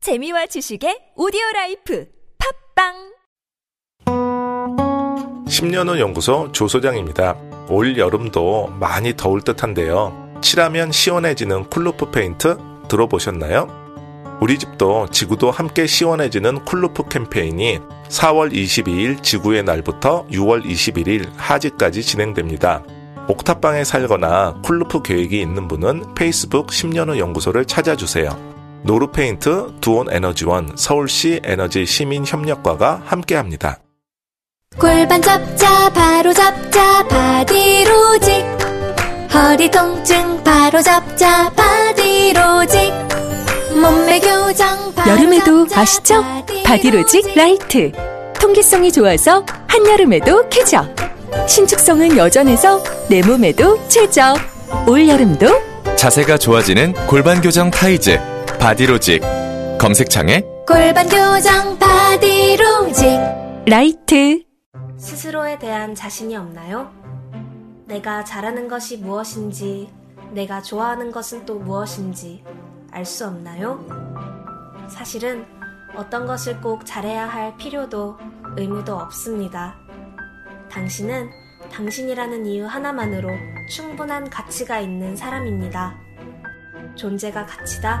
재미와 지식의 오디오 라이프 팝빵! 10년 후 연구소 조소장입니다. 올 여름도 많이 더울 듯한데요. 칠하면 시원해지는 쿨루프 페인트 들어보셨나요? 우리 집도 지구도 함께 시원해지는 쿨루프 캠페인이 4월 22일 지구의 날부터 6월 21일 하지까지 진행됩니다. 옥탑방에 살거나 쿨루프 계획이 있는 분은 페이스북 10년 후 연구소를 찾아주세요. 노루페인트, 두온에너지원, 서울시 에너지 시민협력과가 함께합니다. 골반 잡자 바로 잡자 바디로직 허리 통증 바로 잡자 바디로직 몸매 교정 바로 여름에도 잡자, 아시죠? 네, 바디로직 라이트. 통기성이 좋아서 한여름에도 쾌적. 신축성은 여전해서 내 몸에도 최적. 올여름도 자세가 좋아지는 골반 교정 타이즈 바디로직 검색창에 골반 교정 바디로직 라이트. 스스로에 대한 자신이 없나요? 내가 잘하는 것이 무엇인지, 내가 좋아하는 것은 또 무엇인지 알 수 없나요? 사실은 어떤 것을 꼭 잘해야 할 필요도 의무도 없습니다. 당신은 당신이라는 이유 하나만으로 충분한 가치가 있는 사람입니다. 존재가 가치다.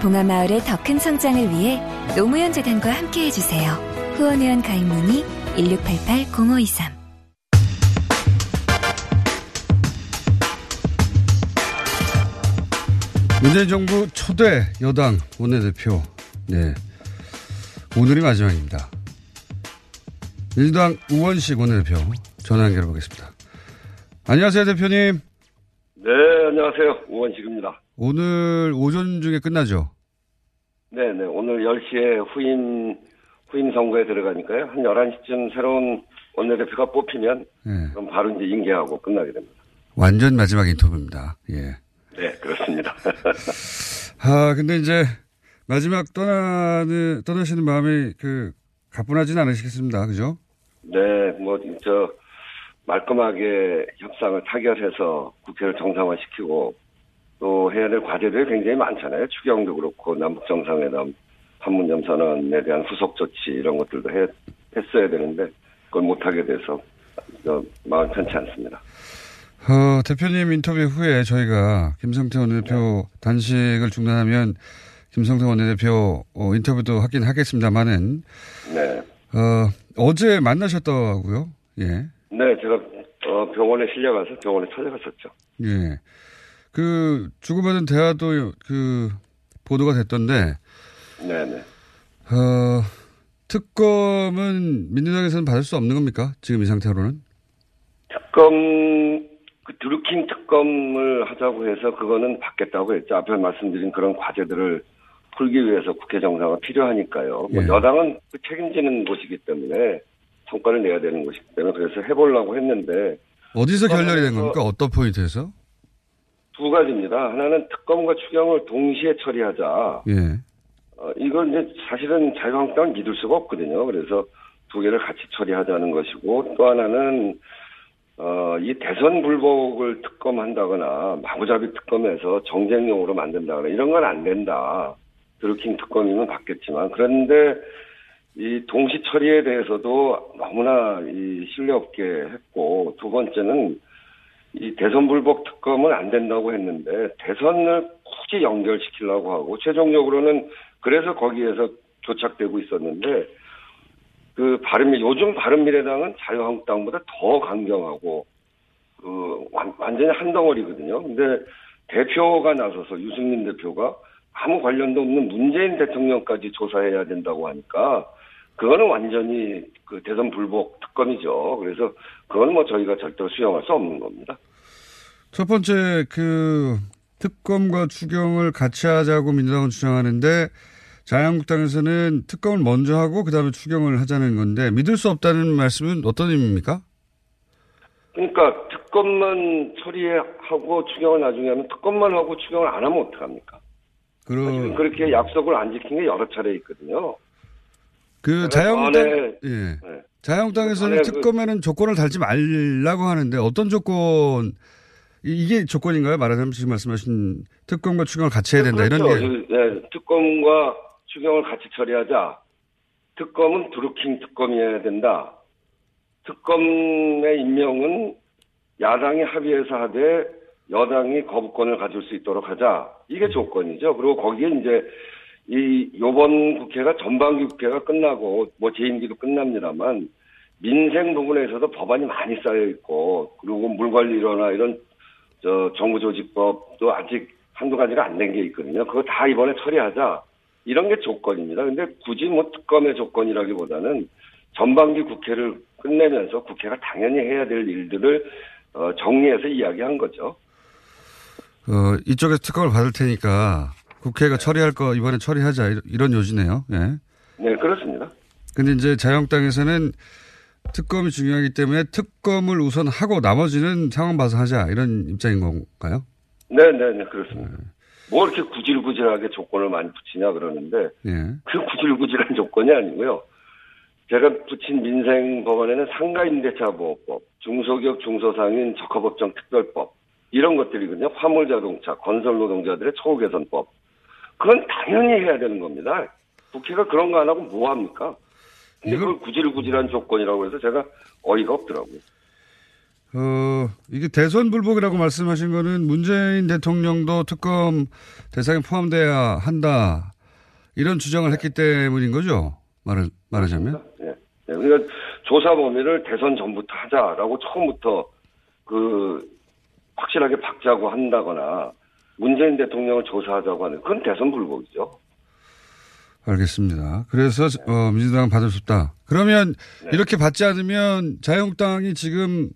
봉하마을의 더 큰 성장을 위해 노무현 재단과 함께해 주세요. 후원 회원 가입 문의 1688-0523 문재인 정부 초대 여당 원내대표. 네. 오늘이 마지막입니다. 민주당 우원식 원내대표 전화 연결해 보겠습니다. 안녕하세요, 대표님. 네, 안녕하세요. 우원식입니다. 오늘 오전 중에 끝나죠? 네, 네. 오늘 10시에 후임 후임 선거에 들어가니까요. 한 11시쯤 새로운 원내대표가 뽑히면 예. 그럼 바로 이제 인계하고 끝나게 됩니다. 완전 마지막 인터뷰입니다. 예. 네, 그렇습니다. 아, 근데 이제 마지막 떠나는, 떠나시는 마음이 그, 가뿐하진 않으시겠습니다. 그죠? 네, 뭐 진짜 말끔하게 협상을 타결해서 국회를 정상화시키고 또 해야 될 과제들이 굉장히 많잖아요. 추경도 그렇고 남북 정상회담, 판문점 선언에 대한 후속 조치 이런 것들도 해, 했어야 되는데 그걸 못 하게 돼서 저 마음 편치 않습니다. 어, 대표님 인터뷰 후에 저희가 김성태 원내대표 네. 단식을 중단하면 김성태 원내대표 어, 인터뷰도 하긴 하겠습니다만은 네, 어, 어제 만나셨다고요? 예. 네, 제가 어, 병원에 실려가서 병원에 찾아갔었죠. 예. 그 주고받은 대화도 그 보도가 됐던데 네, 네. 어, 특검은 민주당에서는 받을 수 없는 겁니까? 지금 이 상태로는? 특검 그 드루킹 특검을 하자고 해서 그거는 받겠다고 했죠. 앞에 말씀드린 그런 과제들을 풀기 위해서 국회 정상화 필요하니까요. 뭐 예. 여당은 그 책임지는 곳이기 때문에 성과를 내야 되는 곳이기 때문에 그래서 해보려고 했는데 어디서 특검은 결렬이 된 그- 겁니까? 어떤 포인트에서? 두 가지입니다. 하나는 특검과 추경을 동시에 처리하자. 예. 어, 이건 이제 사실은 자유한국당은 믿을 수가 없거든요. 그래서 두 개를 같이 처리하자는 것이고 또 하나는 어, 이 대선 불복을 특검한다거나 마구잡이 특검에서 정쟁용으로 만든다거나 이런 건 안 된다. 드루킹 특검이면 받겠지만 그런데 이 동시 처리에 대해서도 너무나 이 신뢰 없게 했고 두 번째는 이 대선 불복 특검은 안 된다고 했는데 대선을 굳이 연결시키려고 하고 최종적으로는 그래서 거기에서 교착되고 있었는데 그 바른미 요즘 바른미래당은 자유한국당보다 더 강경하고 그 완- 완전히 한 덩어리거든요. 근데 대표가 나서서 유승민 대표가 아무 관련도 없는 문재인 대통령까지 조사해야 된다고 하니까 그거는 완전히 그 대선 불복 특검이죠. 그래서 그건 뭐 저희가 절대로 수용할 수 없는 겁니다. 첫 번째 그 특검과 추경을 같이 하자고 민주당은 주장하는데 자유한국당에서는 특검을 먼저 하고 그다음에 추경을 하자는 건데 믿을 수 없다는 말씀은 어떤 의미입니까? 그러니까 특검만 처리하고 추경을 나중에 하면 특검만 하고 추경을 안 하면 어떡합니까? 그러, 지금 그렇게 약속을 안 지킨 게 여러 차례 있거든요. 저는 그 자유한국당 전에- 예. 네. 전에 자유한국당에서는 그- 특검에는 조건을 달지 말라고 하는데 어떤 조건 이- 이게 조건인가요? 말하자면 지금 말씀하신 특검과 추경을 같이 해야 된다 그렇죠. 이런 게 예, 특검과 추경을 같이 처리하자. 특검은 드루킹 특검이어야 된다. 특검의 임명은 야당이 합의해서 하되 여당이 거부권을 가질 수 있도록 하자. 이게 조건이죠. 그리고 거기에 이제 이 요번 국회가 전반기 국회가 끝나고 뭐 재임기도 끝납니다만 민생 부분에서도 법안이 많이 쌓여 있고 그리고 물관리 일어나 이런 저 정부 조직법도 아직 한두 가지가 안 된 게 있거든요. 그거 다 이번에 처리하자. 이런 게 조건입니다. 근데 굳이 뭐 특검의 조건이라기보다는 전반기 국회를 끝내면서 국회가 당연히 해야 될 일들을 어, 정리해서 이야기한 거죠. 어, 이쪽에서 특검을 받을 테니까 국회가 처리할 거 이번에 처리하자 이- 이런 요지네요. 예. 네, 그렇습니다. 근데 이제 자유한국당에서는 특검이 중요하기 때문에 특검을 우선 하고 나머지는 상황 봐서 하자 이런 입장인 건가요? 네, 네, 네, 그렇습니다. 뭐 이렇게 구질구질하게 조건을 많이 붙이냐 그러는데 예. 그 구질구질한 조건이 아니고요. 제가 붙인 민생 법안에는 상가임대차보호법, 중소기업 중소상인 적화법정 특별법 이런 것들이거든요. 화물자동차, 건설노동자들의 처우 개선법. 그건 당연히 해야 되는 겁니다. 국회가 그런 거 안 하고 뭐 합니까? 근데 이거- 그걸 구질구질한 조건이라고 해서 제가 어이가 없더라고요. 어, 이게 대선 불복이라고 말씀하신 거는 문재인 대통령도 특검 대상에 포함돼야 한다. 이런 주장을 했기 때문인 거죠. 말하, 말하자면. 예. 네. 그러니까 조사 범위를 대선 전부터 하자라고 처음부터 그 확실하게 박자고 한다거나 문재인 대통령을 조사하자고 하는 그건 대선 불복이죠. 알겠습니다. 그래서 어, 민주당은 받을 수 없다. 그러면 이렇게 받지 않으면 자유한국당이 지금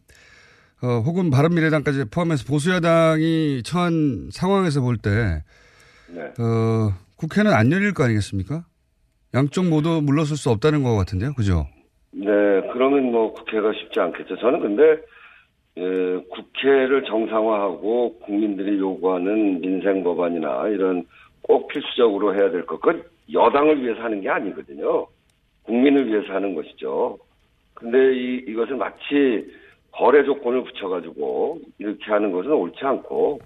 어, 혹은 바른미래당까지 포함해서 보수야당이 처한 상황에서 볼 때 네. 어, 국회는 안 열릴 거 아니겠습니까? 양쪽 모두 물러설 수 없다는 것 같은데요. 그죠? 네, 그러면 뭐 국회가 쉽지 않겠죠. 저는 근데 예, 국회를 정상화하고 국민들이 요구하는 민생 법안이나 이런 꼭 필수적으로 해야 될 것, 그건 여당을 위해서 하는 게 아니거든요. 국민을 위해서 하는 것이죠. 근데 이, 이것을 마치 거래 조건을 붙여가지고 이렇게 하는 것은 옳지 않고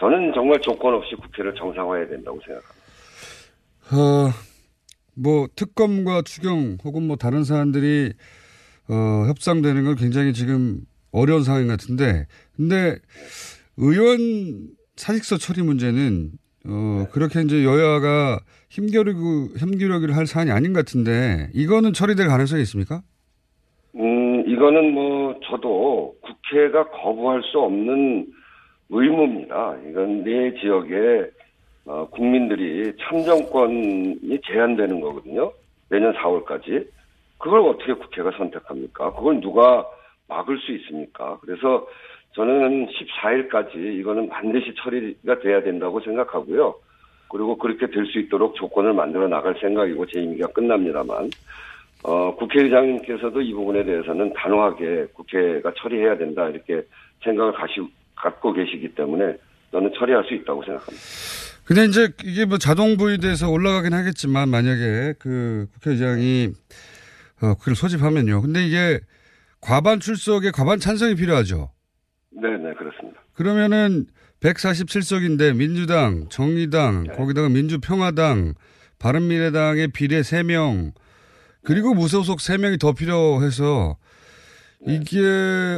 저는 정말 조건 없이 국회를 정상화해야 된다고 생각합니다. 어, 뭐 특검과 추경 혹은 뭐 다른 사안들이 어, 협상되는 건 굉장히 지금 어려운 상황 같은데 근데 의원 사직서 처리 문제는 어, 그렇게 이제 여야가 힘겨루고 힘겨루기를 할 사안이 아닌 것 같은데 이거는 처리될 가능성이 있습니까? 음, 이거는 뭐 저도 국회가 거부할 수 없는 의무입니다. 이건 내 지역의 어, 국민들이 참정권이 제한되는 거거든요. 내년 4월까지. 그걸 어떻게 국회가 선택합니까? 그걸 누가 막을 수 있습니까? 그래서 저는 14일까지 이거는 반드시 처리가 돼야 된다고 생각하고요. 그리고 그렇게 될 수 있도록 조건을 만들어 나갈 생각이고 제 임기가 끝납니다만 어, 국회의장님께서도 이 부분에 대해서는 단호하게 국회가 처리해야 된다 이렇게 생각을 가시, 갖고 계시기 때문에 저는 처리할 수 있다고 생각합니다. 근데 이제 이게 뭐 자동 부의돼서 올라가긴 하겠지만 만약에 그 국회의장이 어, 그걸 소집하면요. 근데 이게 과반 출석에 과반 찬성이 필요하죠. 네네 그렇습니다. 그러면은 147석인데 민주당, 정의당, 거기다가 민주평화당, 바른미래당의 비례 3명, 그리고 무소속 3명이 더 필요해서 이게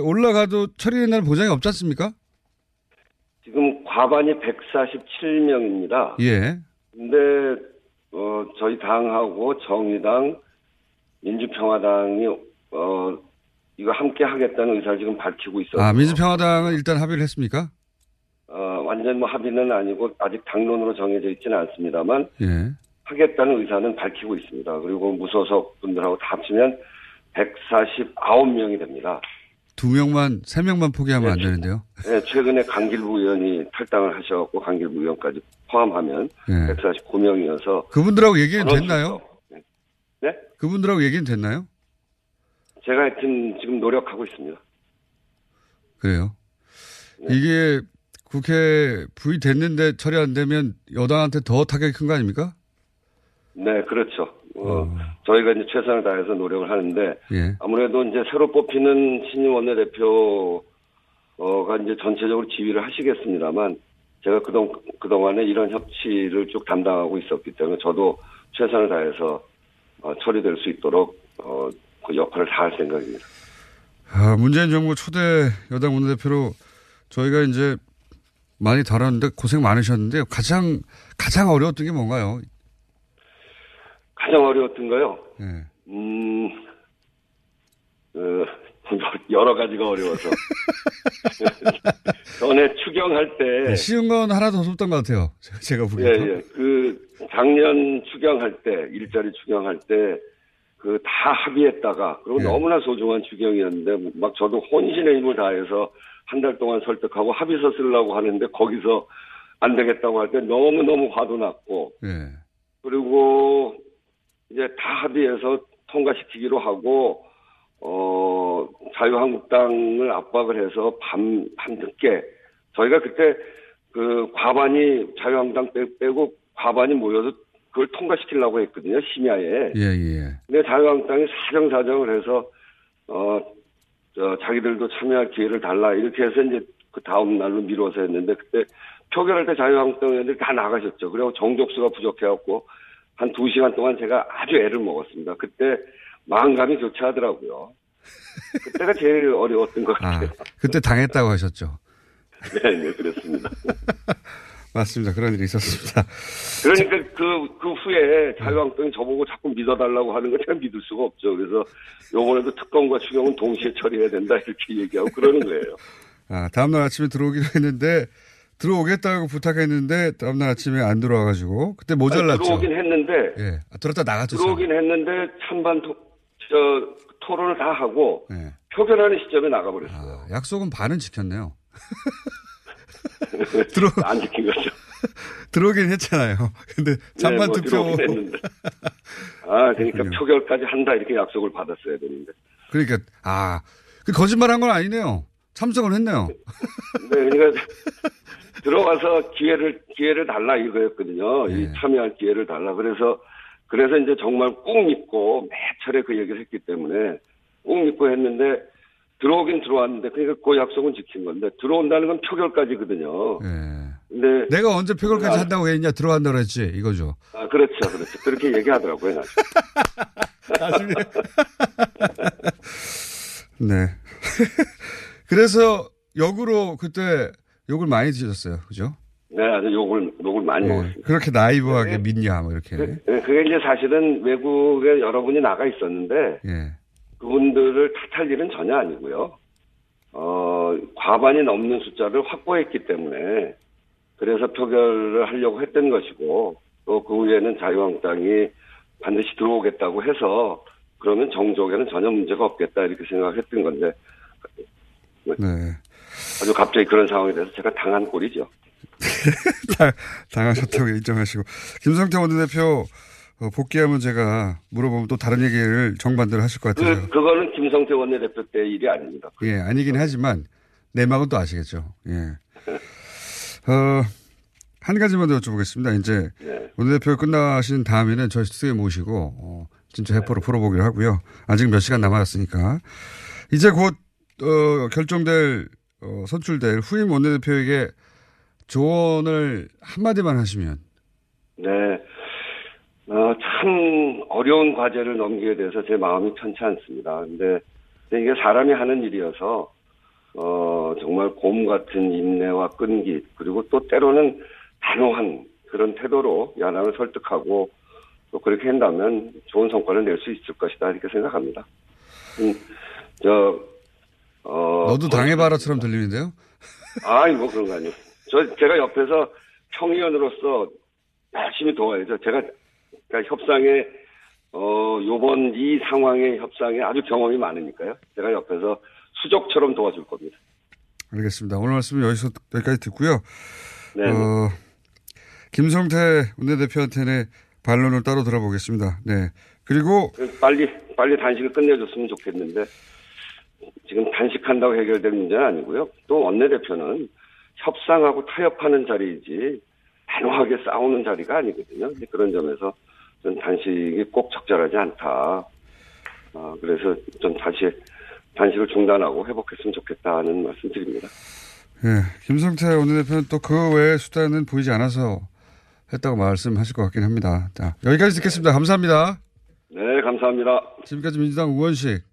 올라가도 처리된다는 보장이 없지 않습니까? 지금 과반이 147명입니다. 예. 근데 어, 저희 당하고 정의당, 민주평화당이 어, 이거 함께 하겠다는 의사를 지금 밝히고 있어서 아, 민주평화당은 일단 합의를 했습니까? 어, 완전 뭐 합의는 아니고 아직 당론으로 정해져 있지는 않습니다만 예. 하겠다는 의사는 밝히고 있습니다. 그리고 무소속 분들하고 다 합치면 149명이 됩니다. 두 명만, 세 명만 포기하면 안 네. 되는데요. 예, 최근에 강길구 의원이 탈당을 하셔갖고 강길구 의원까지 포함하면 예. 149명이어서 그분들하고 얘기는 그렇죠. 됐나요? 네, 그분들하고 얘기는 됐나요? 제가 하여튼 지금 노력하고 있습니다. 그래요. 이게 국회 부의 됐는데 처리 안 되면 여당한테 더 타격이 큰 거 아닙니까? 네, 그렇죠. 어, 음. 저희가 이제 최선을 다해서 노력을 하는데 예. 아무래도 이제 새로 뽑히는 신임 원내대표가 이제 전체적으로 지휘를 하시겠습니다만 제가 그동, 그동안에 이런 협치를 쭉 담당하고 있었기 때문에 저도 최선을 다해서 어, 처리될 수 있도록 어, 그 역할을 다할 생각입니다. 아, 문재인 정부 초대 여당 원내대표로 저희가 이제 많이 다뤘는데 고생 많으셨는데 가장 가장 어려웠던 게 뭔가요? 가장 어려웠던가요? 예. 음, 어, 여러 가지가 어려워서. 전에 추경할 때, 쉬운 건 하나도 없었던 것 같아요. 제가- 제가 예, 보기에도. 예. 그, 작년 추경할 때, 일자리 추경할 때, 그, 다 합의했다가, 그리고 예. 너무나 소중한 추경이었는데, 막 저도 혼신의 힘을 다해서 한 달 동안 설득하고 합의서 쓰려고 하는데, 거기서 안 되겠다고 할 때 너무너무 화도 났고, 예. 그리고 이제 다 합의해서 통과시키기로 하고 어 자유한국당을 압박을 해서 밤 밤늦게 저희가 그때 그 과반이 자유한국당 빼- 빼고 과반이 모여서 그걸 통과시키려고 했거든요 심야에 예, 예. 근데 자유한국당이 사정사정을 해서 어, 저, 자기들도 참여할 기회를 달라 이렇게 해서 이제 그 다음 날로 미뤄서 했는데 그때 표결할 때 자유한국당 의원들이 다 나가셨죠. 그리고 정족수가 부족해갖고 한 두 시간 동안 제가 아주 애를 먹었습니다. 그때 마음감이 교차하더라고요. 그때가 제일 어려웠던 것 아, 같아요. 그때 당했다고 하셨죠. 네, 네, 그렇습니다. 맞습니다. 그런 일이 있었습니다. 그러니까 그, 그 후에 자유한국당이 저보고 자꾸 믿어달라고 하는 걸 제가 믿을 수가 없죠. 그래서 요번에도 특검과 추경은 동시에 처리해야 된다 이렇게 얘기하고 그러는 거예요. 아, 다음날 아침에 들어오기로 했는데 들어오겠다고 부탁했는데 다음날 아침에 안 들어와가지고 그때 모자랐죠. 들어오긴 했는데, 예. 아, 들었다 나갔죠. 들어오긴 했는데 찬반 토, 저, 토론을 다 하고 참. 예. 표결하는 시점에 나가버렸어요. 아, 약속은 반은 지켰네요. 들어, 안 지킨 거죠. 들어오긴 했잖아요. 네, 근데 찬반 뭐 투표. 들어오긴 했는데. 아, 그러니까 그렇군요. 표결까지 한다 이렇게 약속을 받았어야 되는데. 그러니까, 아, 그 거짓말 한 건 아니네요. 참석을 했네요. 네, 그러니까 들어가서 기회를 기회를 달라 이거였거든요. 이 네. 참여할 기회를 달라. 그래서 그래서 이제 정말 꾹 믿고 매 차례 그 얘기를 했기 때문에 꾹 믿고 했는데 들어오긴 들어왔는데 그러니까 그 약속은 지킨 건데 들어온다는 건 표결까지거든요. 예. 근데 내가 언제 표결까지 아. 한다고 했냐, 들어간다고 했지, 이거죠. 아, 그렇죠, 그렇죠. 그렇게 얘기하더라고요. 나중에. 나중에. 네. 그래서 역으로 그때 욕을 많이 드셨어요. 그죠? 네, 아주 욕을 욕을 많이 예. 먹었습니다. 그렇게 나이브하게 믿냐, 뭐 이렇게. 네, 그게 이제 사실은 외국에 여러분이 나가 있었는데 예. 그분들을 탓할 일은 전혀 아니고요. 어, 과반이 넘는 숫자를 확보했기 때문에 그래서 표결을 하려고 했던 것이고 또 그 후에는 자유한국당이 반드시 들어오겠다고 해서 그러면 정족에는 전혀 문제가 없겠다 이렇게 생각했던 건데 네. 아주 갑자기 그런 상황이 돼서 제가 당한 꼴이죠. 당- 당하셨다고 인정하시고 김성태 원내대표 어, 복귀하면 제가 물어보면 또 다른 얘기를 정반대로 하실 것 같아서 그, 그거는 김성태 원내대표 때 일이 아닙니다. 예 아니긴 하지만 내막은 또 아시겠죠 예어한 어, 가지만 더 여쭤보겠습니다 이제 네. 원내대표 끝나신 다음에는 저희 스튜디오에 모시고 어, 진짜 네. 해포로 풀어보기로 하고요 아직 몇 시간 남았으니까 이제 곧 어, 결정될 어, 선출될 후임 원내대표에게 조언을 한마디만 하시면 네. 어, 참 어려운 과제를 넘기게 돼서 제 마음이 편치 않습니다. 근데, 근데 이게 사람이 하는 일이어서, 어, 정말 곰 같은 인내와 끈기, 그리고 또 때로는 단호한 그런 태도로 야당을 설득하고 또 그렇게 한다면 좋은 성과를 낼 수 있을 것이다. 이렇게 생각합니다. 음, 저, 어. 너도 당해봐라처럼 들리는데요. 아이, 뭐 그런 거 아니에요. 저, 제가 옆에서 평의원으로서 열심히 도와야죠. 제가, 그러니까 협상에, 어, 요번 이 상황의 협상에 아주 경험이 많으니까요. 제가 옆에서 수족처럼 도와줄 겁니다. 알겠습니다. 오늘 말씀 여기서 여기까지 듣고요. 네. 어, 김성태 원내대표한테는 반론을 따로 들어보겠습니다. 네. 그리고 그래서 빨리 빨리 단식을 끝내줬으면 좋겠는데 지금 단식한다고 해결될 문제는 아니고요. 또 원내대표는 협상하고 타협하는 자리이지 단호하게 싸우는 자리가 아니거든요. 이제 그런 점에서 좀 단식이 꼭 적절하지 않다. 아, 그래서 좀 다시 단식을 중단하고 회복했으면 좋겠다는 말씀드립니다. 예, 김성태 원내대표는 또 그 외의 수단은 보이지 않아서 했다고 말씀하실 것 같긴 합니다. 자, 여기까지 듣겠습니다. 감사합니다. 네, 감사합니다. 지금까지 민주당 우원식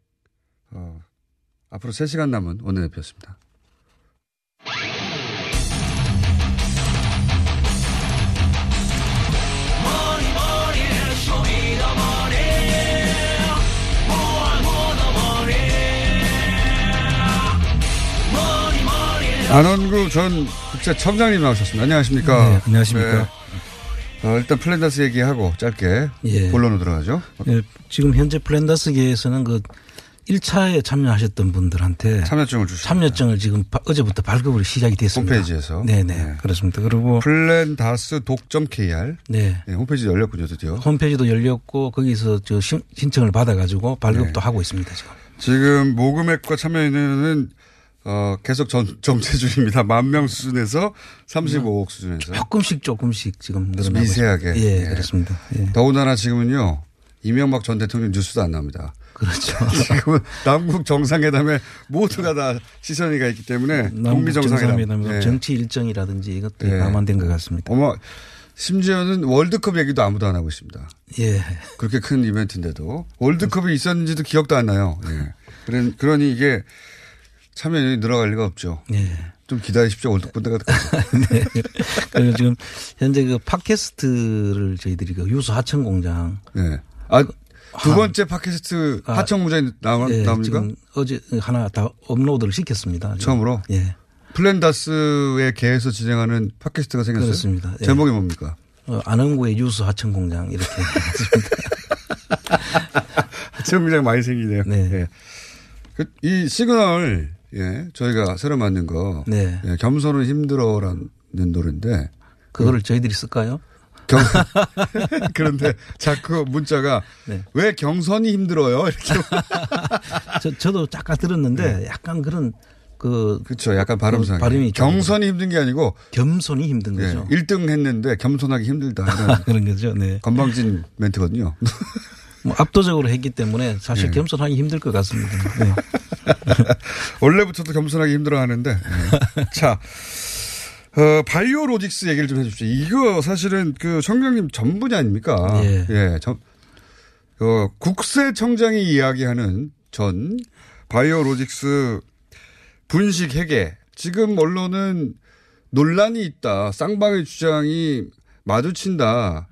어, 앞으로 3시간 남은 원내대표였습니다. 안원구 전 국제청장님 나오셨습니다. 안녕하십니까? 네, 안녕하십니까. 네. 어, 일단 플랜다스 얘기하고 짧게 예. 본론으로 들어가죠. 예, 지금 현재 플랜다스계에서는 그 1차에 참여하셨던 분들한테 참여증을 주시죠. 참여증을 지금 바- 어제부터 발급을 시작이 됐습니다. 홈페이지에서. 네네. 네. 그렇습니다. 그리고 플랜다스 독점 KR 네. 네, 홈페이지 열렸군요 드디어. 홈페이지도 열렸고 거기서 저 신- 신청을 받아가지고 네. 발급도 하고 있습니다. 지금. 지금 모금액과 참여인은 어, 계속 전, 정체 중입니다. 만 명 수준에서 35억 수준에서 조금씩 조금씩 지금 늘어나고 미세하게. 있습니다. 예, 예. 그렇습니다. 예. 더군다나 지금은요 이명박 전 대통령 뉴스도 안 나옵니다. 그렇죠. 지금은 남북 정상회담에 모두가 다 시선이가 있기 때문에 북미 정상회담. 남북정상회담, 예. 정치 일정이라든지 이것들이 예. 감안된 것 같습니다. 어머 심지어는 월드컵 얘기도 아무도 안 하고 있습니다. 예. 그렇게 큰 이벤트인데도 월드컵이 있었는지도 기억도 안 나요. 예. 그런 그러니 이게 참여율이 늘어갈 리가 없죠. 예. 좀 기다리십시오. 월드컵 때가 네. 그래서 지금 현재 그 팟캐스트를 저희들이 그 유수 하청 공장 네. 아, 두 번째 팟캐스트 하청무장이 나오, 아. 예, 나옵니까? 지금 어제 하나 다 업로드를 시켰습니다. 지금. 처음으로? 예. 플랜다스에 개해서 진행하는 팟캐스트가 생겼어요. 그렇습니다. 예. 제목이 뭡니까? 어, 안흥구의 유수 하청 공장 이렇게 했습니다. 하청무장 많이 생기네요. 네. 예. 그, 이 시그널, 예, 저희가 새로 만든 거. 네. 예, 겸손은 힘들어라는 노래인데. 그거를 저희들이 쓸까요? 경- 그런데 자꾸 문자가 네. 왜 경선이 힘들어요? 이렇게. 저, 저도 잠깐 들었는데 네. 약간 그런 그 그렇죠. 약간 발음상. 발음이 좀- 경선이 힘든 게 아니고 겸손이 힘든 예, 거죠. 1등 했는데 겸손하기 힘들다. 이런 그런 거죠. 네. 건방진 멘트거든요. 뭐 압도적으로 했기 때문에 사실 예. 겸손하기 힘들 것 같습니다. 네. 원래부터도 겸손하기 힘들어 하는데. 네. 자. 어, 바이오 로직스 얘기를 좀 해주십시오. 이거 사실은 그 청장님 전 분야 아닙니까? 예. 전, 어, 국세청장이 이야기하는 전 바이오 로직스 분식 회계. 지금 언론은 논란이 있다. 쌍방의 주장이 마주친다는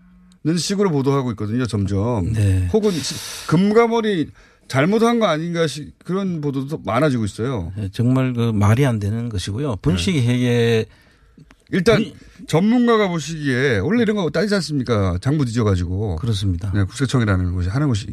식으로 보도하고 있거든요. 점점. 네. 혹은 지- 금감원이 잘못한 거 아닌가 시, 그런 보도도 많아지고 있어요. 예, 정말 그 말이 안 되는 것이고요. 분식 네. 회계 일단 전문가가 보시기에 원래 이런 거 따지지 않습니까? 장부 뒤져가지고. 그렇습니다. 네, 국세청이라는 곳이 하는 곳이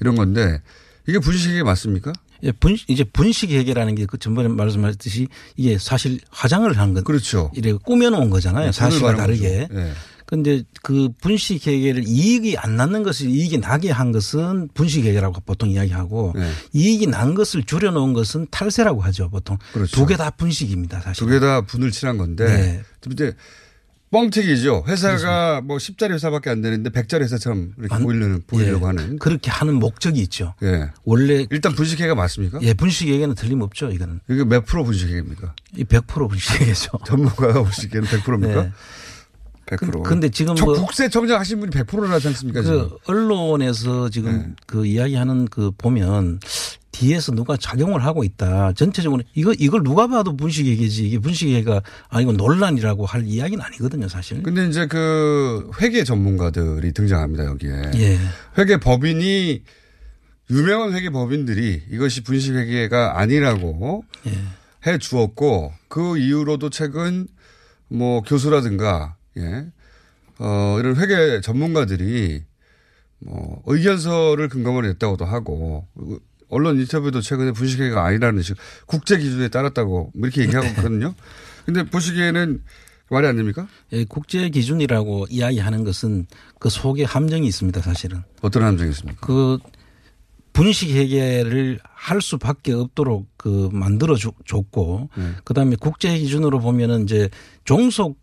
이런 건데 이게 분식이 맞습니까? 예, 분, 이제 분식 회계라는 게 그 전번에 말씀하셨듯이 이게 사실 화장을 한 것. 그렇죠. 이래 꾸며놓은 거잖아요. 사실과 돈을 네, 바른 다르게. 거죠. 예. 그런데 그 분식 회계를 이익이 안 나는 것을 이익이 나게 한 것은 분식 회계라고 보통 이야기하고 네. 이익이 난 것을 줄여놓은 것은 탈세라고 하죠. 보통 그렇죠. 두 개 다 분식입니다. 사실. 두 개 다 분을 칠한 건데. 네. 좀 이제 뻥튀기죠. 회사가 뭐 10짜리 회사밖에 안 되는데 100짜리 회사처럼 이렇게 안- 보이려는, 보이려고 예, 하는. 그렇게 하는 목적이 있죠. 예. 원래 일단 분식회가 맞습니까? 예, 분식 회계는 틀림없죠. 이거는 이게 몇 프로 분식회입니까? 이 100% 분식 회계죠. 전문가가 보시기에는 100%입니까? 네. 100%. 근데 지금 저 뭐- 국세청장 하신 분이 100%라지 않습니까? 지금? 그 언론에서 지금 그 이야기하는 그 보면 뒤에서 누가 작용을 하고 있다. 전체적으로 이거 이걸 누가 봐도 분식회계지 이게 분식회계가 아니고 논란이라고 할 이야기는 아니거든요, 사실. 근데 이제 그 회계 전문가들이 등장합니다 여기에 예. 회계 법인이 유명한 회계 법인들이 이것이 분식 회계가 아니라고 예. 해 주었고 그 이후로도 최근 뭐 교수라든가 예. 어 이런 회계 전문가들이 뭐 의견서를 근거로 냈다고도 하고 언론 인터뷰도 최근에 분식회가 아니라는 식 국제 기준에 따랐다고 뭐 이렇게 네. 얘기하고 있거든요. 근데 보시기에는 말이 안 됩니까? 예, 국제 기준이라고 이야기하는 것은 그 속에 함정이 있습니다, 사실은. 어떤 함정이 있습니까? 그 분식회계를 할 수밖에 없도록 그 만들어 주- 줬고, 음. 그다음에 국제 기준으로 보면은 이제 종속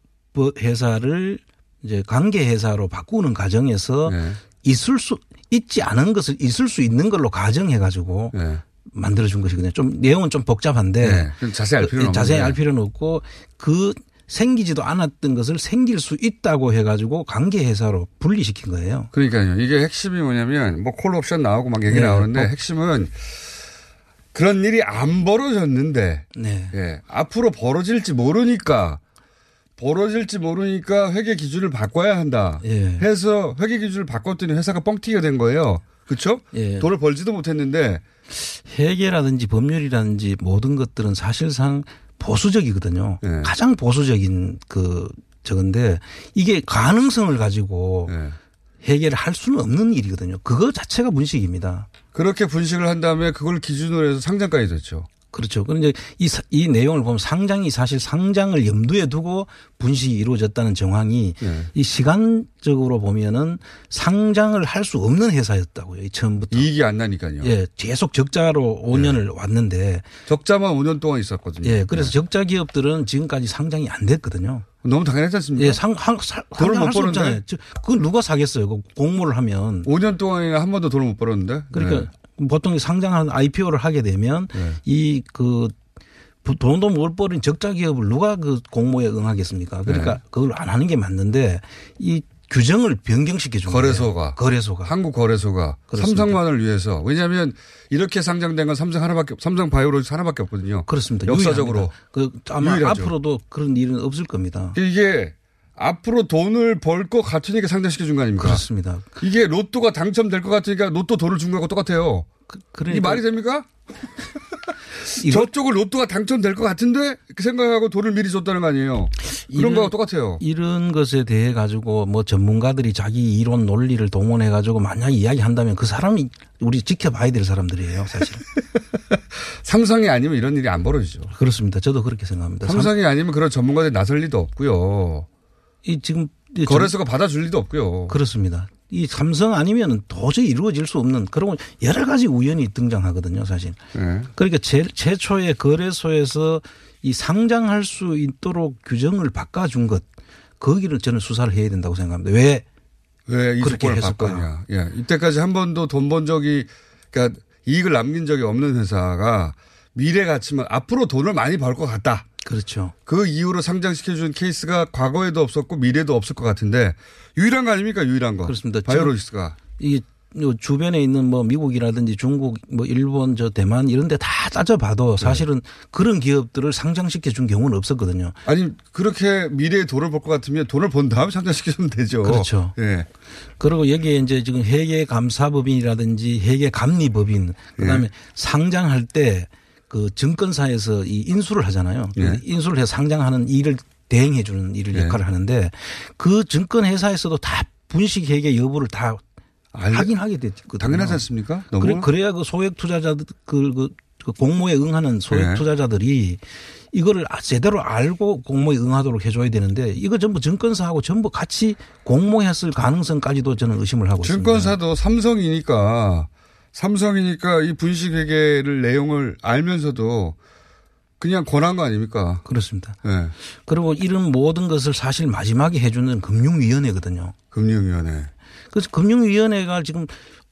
회사를 이제 관계 회사로 바꾸는 과정에서 네. 있을 수 있지 않은 것을 있을 수 있는 걸로 가정해 가지고 네. 만들어 준 것이거든요. 좀 내용은 좀 복잡한데 네. 그럼 자세히 알 필요는 그, 자세히 없는데. 알 필요는 없고 그 생기지도 않았던 것을 생길 수 있다고 해가지고 관계 회사로 분리시킨 거예요. 그러니까요. 이게 핵심이 뭐냐면 뭐 콜옵션 나오고 막 얘기 네. 나오는데 어. 핵심은 그런 일이 안 벌어졌는데 네. 예. 앞으로 벌어질지 모르니까 벌어질지 모르니까 회계 기준을 바꿔야 한다. 예. 해서 회계 기준을 바꿨더니 회사가 뻥튀기가 된 거예요. 그렇죠? 예. 돈을 벌지도 못했는데 회계라든지 법률이라든지 모든 것들은 사실상 보수적이거든요. 네. 가장 보수적인 그 저건데 이게 가능성을 가지고 예. 회계를 할 수는 없는 일이거든요. 그거 자체가 문식입니다. 그렇게 분식을 한 다음에 그걸 기준으로 해서 상장까지 됐죠. 그렇죠. 그런데 이, 사- 이 내용을 보면 상장이 사실 상장을 염두에 두고 분식이 이루어졌다는 정황이 예. 이 시간적으로 보면은 상장을 할 수 없는 회사였다고요. 이 처음부터. 이익이 예. 안 나니까요. 예, 계속 적자로 5년을 왔는데 적자만 5년 동안 있었거든요. 예, 그래서 적자 기업들은 지금까지 상장이 안 됐거든요. 너무 당연하지 않습니까? 예, 상, 상, 상, 돈을 네. 못 상장할 수 버는데? 없잖아요. 저- 그건 누가 사겠어요. 그 공모를 하면. 5년 동안에 한 번도 돈을 못 벌었는데. 그러니까 보통 상장한 IPO를 하게 되면 네. 이 그 돈도 못 버린 적자 기업을 누가 그 공모에 응하겠습니까? 그러니까 네. 그걸 안 하는 게 맞는데 이 규정을 변경시켜 준 거래소가. 거예요. 거래소가. 그 한국 거래소가 그렇습니다. 삼성만을 위해서 왜냐하면 이렇게 상장된 건 삼성 하나밖에 삼성 바이오로직 하나밖에 없거든요. 그렇습니다. 역사적으로 유일합니다. 그 아마 유일하죠. 앞으로도 그런 일은 없을 겁니다. 이게 앞으로 돈을 벌 것 같으니까 상장시켜 준 거 아닙니까? 그렇습니다. 이게 로또가 당첨될 것 같으니까 로또 돈을 준 거하고 똑같아요. 그, 이 그러니까 말이 됩니까? 이거- 저쪽을 로또가 당첨될 것 같은데 그 생각하고 돈을 미리 줬다는 거 아니에요. 그런 이런- 거하고 똑같아요. 이런 것에 대해 가지고 뭐 전문가들이 자기 이론 논리를 동원해 가지고 만약 이야기한다면 그 사람이 우리 지켜봐야 될 사람들이에요, 사실. 삼성이 아니면 이런 일이 안 벌어지죠. 그렇습니다. 저도 그렇게 생각합니다. 삼- 삼성이 아니면 그런 전문가들이 나설 리도 없고요. 이 지금 이그 전- 거래소가 받아줄 리도 없고요. 그렇습니다. 이 삼성 아니면 도저히 이루어질 수 없는 그런 여러 가지 우연이 등장하거든요, 사실. 예. 그러니까 제, 최초에 거래소에서 이 상장할 수 있도록 규정을 바꿔준 것 거기를 저는 수사를 해야 된다고 생각합니다. 왜 왜 그렇게 이수권을 했을까? 바꿨냐. 예. 이때까지 한 번도 돈 번 적이, 그러니까 이익을 남긴 적이 없는 회사가 미래 가치만 앞으로 돈을 많이 벌 것 같다. 그렇죠? 그 이후로 상장시켜준 케이스가 과거에도 없었고 미래도 없을 것 같은데 유일한 거 아닙니까? 유일한 거. 그렇습니다. 바이오로직스가. 이요 주변에 있는 뭐 미국이라든지 중국 뭐 일본 저 대만 이런 데 다 따져봐도 네. 사실은 그런 기업들을 상장시켜 준 경우는 없었거든요. 아니, 그렇게 미래에 돈을 벌 것 같으면 돈을 번 다음에 상장시켜주면 되죠. 그렇죠. 예. 그리고 여기에 이제 지금 회계 감사법인이라든지 회계 감리법인 네. 그다음에 상장할 때 그 증권사에서 이 인수를 하잖아요. 그 예. 인수를 해서 상장하는 일을 대행해 주는 일을 예. 역할을 하는데 그 증권회사에서도 다 분식 회계 여부를 다 알- 확인하게 됐거든요. 당연하지 않습니까? 너무. 그래, 그래야 그 소액 투자자들 그, 그, 그 공모에 응하는 소액 예. 투자자들이 이거를 아- 제대로 알고 공모에 응하도록 해줘야 되는데 이거 전부 증권사하고 전부 같이 공모했을 가능성까지도 저는 의심을 하고 있습니다. 증권사도 삼성이니까 삼성이니까 이 분식회계를 내용을 알면서도 그냥 권한 거 아닙니까? 그렇습니다. 예. 그리고 이런 모든 것을 사실 마지막에 해주는 금융위원회거든요. 금융위원회. 그래서 금융위원회가 지금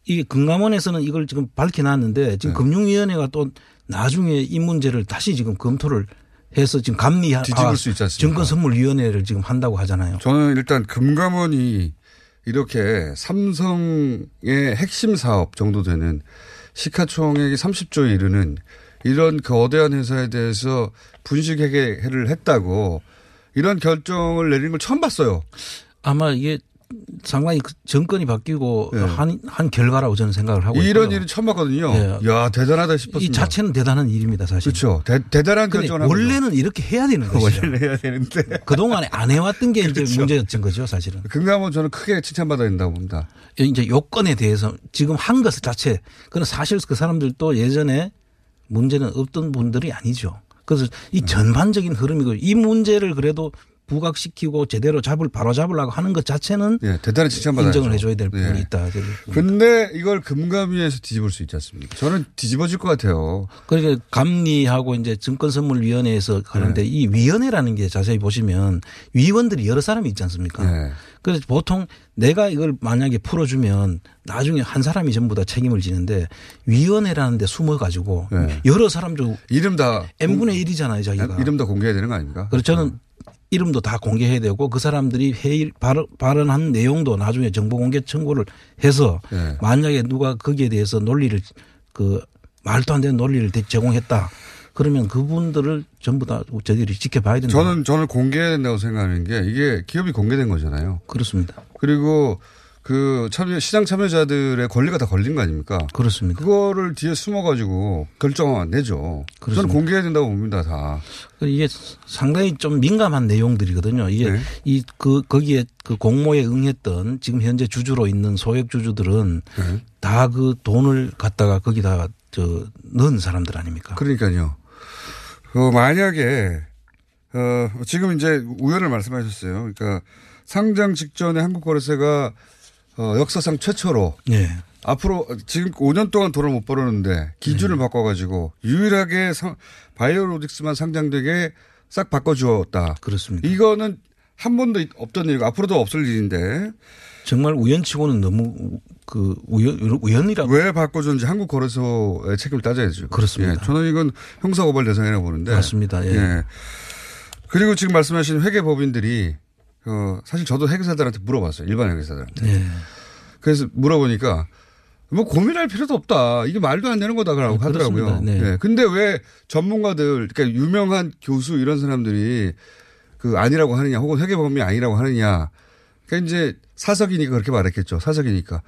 이 금감원에서는 이걸 지금 밝혀놨는데 네. 지금 금융위원회가 또 나중에 이 문제를 다시 지금 검토를 해서 지금 감리 아, 뒤집을 수 있지 않습니까? 증권선물위원회를 지금 한다고 하잖아요. 저는 일단 금감원이 이렇게 삼성의 핵심 사업 정도 되는 시가총액이 30조에 이르는 이런 그 거대한 회사에 대해서 분식회계를 했다고 이런 결정을 내린 걸 처음 봤어요. 아마 이게 상당히 그 정권이 바뀌고 한, 한 결과라고 저는 생각을 하고 네. 이런 있고요. 일이 처음 봤거든요. 예. 야 대단하다 싶었습니다. 이 자체는 대단한 일입니다, 사실. 그렇죠. 대, 대단한 근데 결정을 한 거죠. 원래는 이렇게 해야 되는 것이죠. 원래는 해야 되는데 그동안에 안 해왔던 게 이제 문제였던 거죠, 사실은. 금감원 그 저는 크게 칭찬받아야 된다고 봅니다. 이제 요건에 대해서 지금 한 것 자체, 그건 사실 그 사람들도 예전에 문제는 없던 분들이 아니죠. 그래서 음. 이 전반적인 흐름이고 이 문제를 그래도 부각시키고 제대로 잡을 바로 잡으려고 하는 것 자체는 예, 대단히 칭찬받아요. 인정을 해줘야 될 예. 부분이 있다. 근데 이걸 금감위에서 뒤집을 수 있지 않습니까? 저는 뒤집어질 것 같아요. 그러니까 감리하고 이제 증권선물위원회에서 예. 가는데 이 위원회라는 게 자세히 보시면 위원들이 여러 사람이 있지 않습니까? 네. 그래서 보통 내가 이걸 만약에 풀어주면 나중에 한 사람이 전부 다 책임을 지는데 위원회라는 데 숨어가지고 네. 여러 사람도 이름 다 예, n분의 1이잖아요 자기가. 이름 음. 다 음. 공개해야 되는 거 아닙니까? 그래서 저는 이름도 다 공개해야 되고 그 사람들이 회의 발언, 발언한 내용도 나중에 정보 공개 청구를 해서 네. 만약에 누가 거기에 대해서 논리를 그 말도 안 되는 논리를 대- 제공했다 그러면 그분들을 전부 다 저희들이 지켜봐야 된다. 저는 저는 공개해야 된다고 생각하는 게 이게 기업이 공개된 거잖아요. 그렇습니다. 그리고 그 참여 시장 참여자들의 권리가 다 걸린 거 아닙니까? 그렇습니다. 그거를 뒤에 숨어가지고 결정하면 안 되죠. 저는 그렇습니다. 공개해야 된다고 봅니다, 다. 이게 상당히 좀 민감한 내용들이거든요. 이게 네. 이 그 거기에 그 공모에 응했던 지금 현재 주주로 있는 소액 주주들은 네. 다 그 돈을 갖다가 거기다 저 넣은 사람들 아닙니까? 그러니까요. 어, 만약에, 어, 지금 이제 우연을 말씀하셨어요. 그러니까 상장 직전에 한국거래세가 어, 역사상 최초로 예. 앞으로 지금 5년 동안 돈을 못 벌었는데 기준을 네. 바꿔가지고 유일하게 상- 바이오로직스만 상장되게 싹 바꿔주었다. 그렇습니다. 이거는 한 번도 있- 없던 일이고 앞으로도 없을 일인데 정말 우연치고는 너무 그 우연 우연이라고 왜 바꿔줬는지 한국거래소의 책임을 따져야죠. 그러니까 그렇습니다. 예, 저는 이건 형사고발 대상이라고 보는데. 맞습니다. 예. 그리고 지금 말씀하신 회계법인들이 어, 사실 저도 회계사들한테 물어봤어요. 일반 회계사들한테. 예. 그래서 물어보니까 뭐 고민할 필요도 없다. 이게 말도 안 되는 거다라고 네, 그렇습니다. 하더라고요. 네. 예. 근데 왜 전문가들 그러니까 유명한 교수 이런 사람들이 그 아니라고 하느냐 혹은 회계범위 아니라고 하느냐. 그러니까 이제 사석이니까 그렇게 말했겠죠. 사석이니까.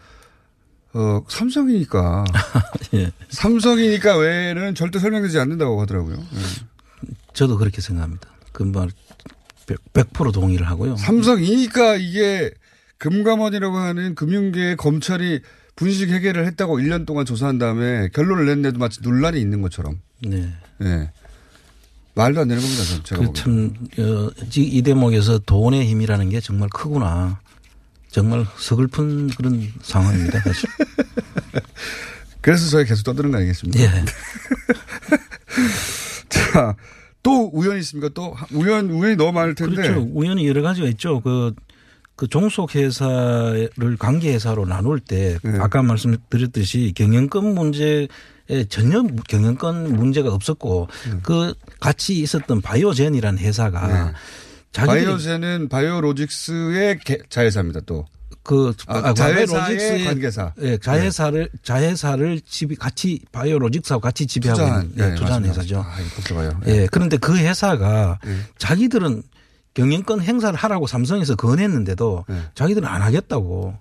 어, 삼성이니까. 예. 삼성이니까 왜는 절대 설명되지 않는다고 하더라고요. 예. 저도 그렇게 생각합니다. 그말 100% 동의를 하고요. 삼성이니까 이게 금감원이라고 하는 금융계의 검찰이 분식 회계를 했다고 1년 동안 조사한 다음에 결론을 냈는데도 마치 논란이 있는 것처럼. 네. 예. 말도 안 되는 겁니다, 저는 제가 보기엔. 그참 어, 이 대목에서 돈의 힘이라는 게 정말 크구나. 정말 서글픈 그런 상황입니다. 사실. 그래서 저희 계속 떠드는 거 아니겠습니까? 예. 자, 또 우연이 있습니까? 또 우연, 우연이 너무 많을 텐데. 그렇죠. 우연히 여러 가지가 있죠. 그, 그 종속회사를 관계회사로 나눌 때 네. 아까 말씀드렸듯이 경영권 문제에 전혀 경영권 문제가 없었고 음. 그 같이 있었던 바이오젠이라는 회사가 자기들이 네. 바이오제는 바이오로직스의 개- 자회사입니다, 또. 그 아, 아, 자회사의 바이오로직스의- 관계사. 네. 예, 자회사를 자회사를 집 같이 바이오로직스하고 같이 지배하고 투자한, 있는 예, 투자한 맞습니다. 회사죠. 아, 이거 복잡해요. 예. 예. 그런데 그 회사가 자기들은 경영권 행사를 하라고 삼성에서 건했는데도 자기들은 안 하겠다고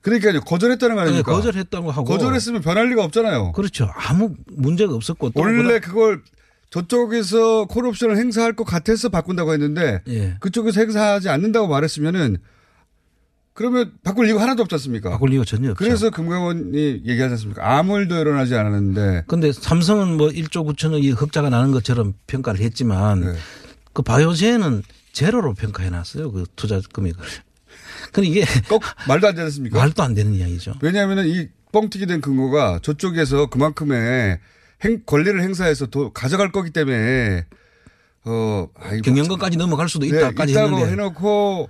그러니까요, 거절했다는 거 예. 아닙니까? 예, 거절했다고 하고 으면 변할 리가 없잖아요. 그렇죠. 아무 문제가 없었고 또 원래 그다- 그걸 저쪽에서 콜옵션을 행사할 것 같아서 바꾼다고 했는데 예. 그쪽에서 행사하지 않는다고 말했으면은 그러면 바꿀 이유가 하나도 없지 않습니까? 바꿀 이유가 아, 전혀 없죠. 그래서 금감원이 얘기하지 않습니까? 아무 일도 일어나지 않았는데 근데 삼성은 뭐 1조 9천억이 흑자가 나는 것처럼 평가를 했지만 네. 그 바이오젠은 제로로 평가해 놨어요. 그 투자 금액을. 근데 이게 꼭 말도 안 되지 않습니까? 말도 안 되는 이야기죠. 왜냐하면 이 뻥튀기 된 근거가 저쪽에서 그만큼의 행- 권리를 행사해서 도, 가져갈 거기 때문에 어, 아, 이거 경영권까지 넘어갈 수도 네, 있다까지 있다고 했는데 해놓고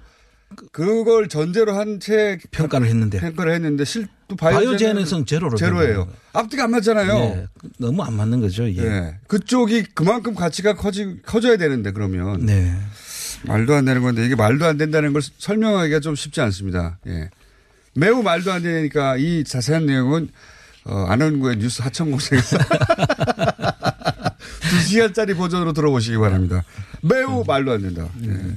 그걸 전제로 한 채 평가를 했는데 평가를 했는데 실또 예. 바이오젠에서는 제로로 제로예요. 평가하는 앞뒤가 안 맞잖아요. 예, 너무 안 맞는 거죠 이게. 예. 그쪽이 그만큼 가치가 커지, 커져야 되는데 그러면 네. 말도 안 되는 건데 이게 말도 안 된다는 걸 설명하기가 좀 쉽지 않습니다. 예. 매우 말도 안 되니까 이 자세한 내용은 어, 안원구의 뉴스 하청공사에서 음. 2시간짜리 버전으로 들어보시기 바랍니다. 매우 말도 안 된다. 예.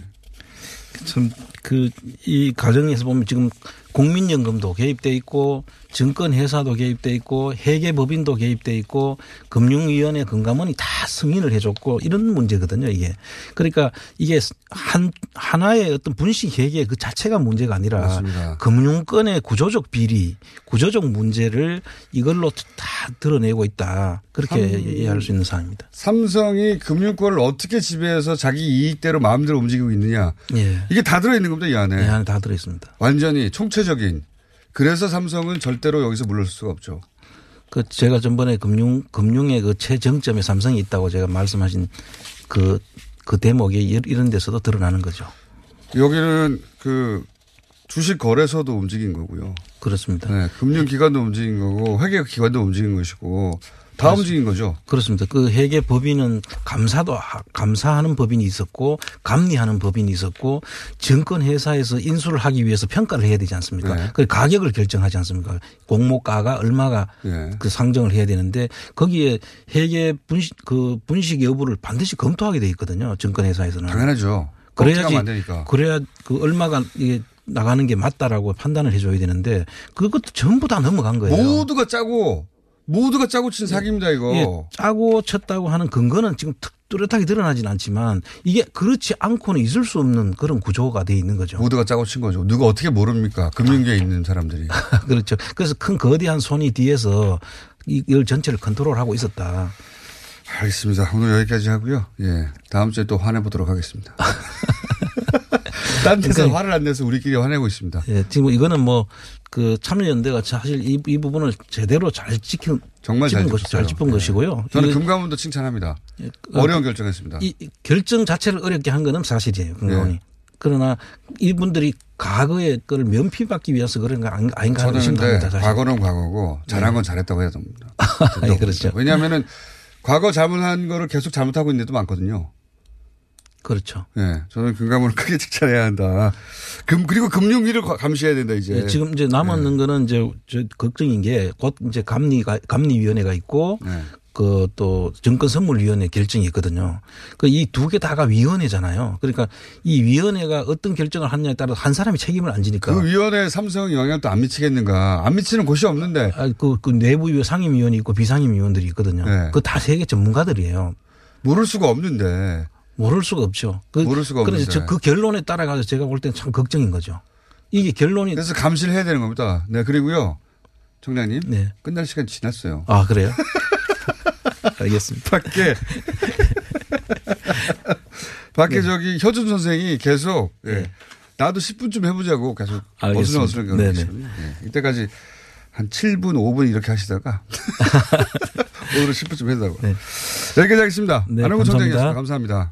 참 그 이 과정에서 보면 지금 국민연금도 개입돼 있고 증권회사도 개입돼 있고 회계법인도 개입돼 있고 금융위원회 금감원이 다 승인을 해줬고 이런 문제거든요 이게 그러니까 이게 한 하나의 어떤 분식 회계 그 자체가 문제가 아니라 맞습니다. 금융권의 구조적 비리 구조적 문제를 이걸로 다 드러내고 있다 그렇게 이해할 수 있는 사항입니다. 삼성이 금융권을 어떻게 지배해서 자기 이익대로 마음대로 움직이고 있느냐. 예. 이게 다 들어있는 겁니다, 이 안에. 이 안에 다 들어 있습니다. 완전히 총체적인. 그래서 삼성은 절대로 여기서 물러설 수가 없죠. 그 제가 전번에 금융 금융의 그 최정점에 삼성이 있다고 제가 말씀하신 그 그 대목이 이- 이런 데서도 드러나는 거죠. 여기는 그 주식 거래소도 움직인 거고요. 그렇습니다. 네, 금융기관도 움직인 거고 회계기관도 움직인 것이고 다 움직인 거죠. 그렇습니다. 그 회계 법인은 감사도 하- 감사하는 법인이 있었고 감리하는 법인이 있었고 증권 회사에서 인수를 하기 위해서 평가를 해야 되지 않습니까? 네. 그 가격을 결정하지 않습니까? 공모가가 얼마가 예. 그 상정을 해야 되는데 거기에 회계 분식 그 분식 여부를 반드시 검토하게 돼 있거든요. 증권 회사에서는. 당연하죠. 그래야지 꼼짝하면 안 되니까. 그래야 그 얼마가 이게 나가는 게 맞다라고 판단을 해줘야 되는데 그것도 전부 다 넘어간 거예요. 모두가 짜고 모두가 짜고 친 사기입니다 이거. 예, 짜고 쳤다고 하는 근거는 지금 특- 뚜렷하게 드러나진 않지만 이게 그렇지 않고는 있을 수 없는 그런 구조가 돼 있는 거죠. 모두가 짜고 친 거죠. 누가 어떻게 모릅니까? 금융계에 있는 사람들이. 그렇죠. 그래서 큰 거대한 손이 뒤에서 이걸 전체를 컨트롤하고 있었다. 알겠습니다. 오늘 여기까지 하고요. 예. 다음 주에 또 화내보도록 하겠습니다. 딴 데서 그러니까- 화를 안 내서 우리끼리 화내고 있습니다. 예, 지금 이거는 뭐 그 참여연대가 사실 이, 이 부분을 제대로 잘 지킨 정말 잘 짚은 것- 짚었어요. 잘 짚은 예. 것이고요. 저는 이거- 금감원도 칭찬합니다. 어, 어려운 결정했습니다. 이 결정 자체를 어렵게 한 거는 사실이에요. 금감원이. 예. 그러나 이분들이 과거의 그걸 면피받기 위해서 그런 거 아닌- 아닌가 하는 저는 의심도 합니다. 근데 사실. 과거는 과거고 잘한 건 잘했다고 해야 됩니다. 예, 그렇죠. 왜냐하면은 과거 잘못한 거를 계속 잘못하고 있는 데도 많거든요. 그렇죠. 예. 저는 금감원을 크게 칭찬해야 한다. 금, 그리고 금융위를 과- 감시해야 된다, 이제. 예, 지금 이제 네. 남았는 거는 이제 저 걱정인 게 곧 이제 감리가 감리위원회가 있고 네. 그 또 증권선물위원회 결정이 있거든요. 그 이 두 개 다가 위원회잖아요. 그러니까 이 위원회가 어떤 결정을 하느냐에 따라 한 사람이 책임을 안 지니까 그 위원회에 삼성 영향도 안 미치겠는가. 안 미치는 곳이 없는데. 아, 그, 그 내부 위원 상임위원이 있고 비상임위원들이 있거든요. 네. 그 다 세계 전문가들이에요. 모를 수가 없는데. 모를 수가 없죠. 그, 모를 수가 그래서 없는데. 저 그 결론에 따라가서 제가 볼 때는 참 걱정인 거죠. 이게 결론이 그래서 감시를 해야 되는 겁니다. 네, 그리고요. 총장님. 네. 끝날 시간 지났어요. 아 그래요? 알겠습니다. 밖에. 밖에 네. 저기 효준 선생이 계속. 예. 나도 10분쯤 해보자고 계속 알겠습니다. 어슬렁어슬렁 결혼 네네. 했습니 예, 이때까지 한 7분, 5분 이렇게 하시다가 오늘은 10분쯤 해달라고. 네. 여기까지 하겠습니다. 네, 안홍구 감사합니다. 총장이었습니다. 감사합니다.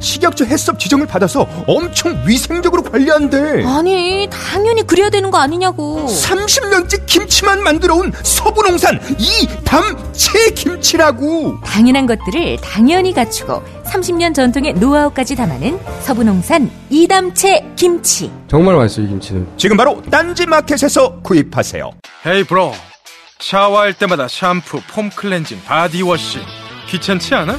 식약처 해썹 지정을 받아서 엄청 위생적으로 네. 관리한대. 아니, 당연히 그래야 되는 거 아니냐고. 30년째 김치만 만들어 온 서부농산 이담채 김치라고. 당연한 것들을 당연히 갖추고 30년 전통의 노하우까지 담아낸 서부농산 이담채 김치. 정말 맛있어요, 이 김치는. 지금 바로 딴지마켓에서 구입하세요. 헤이 브로 샤워할 때마다 샴푸, 폼 클렌징, 바디워시 귀찮지 않아?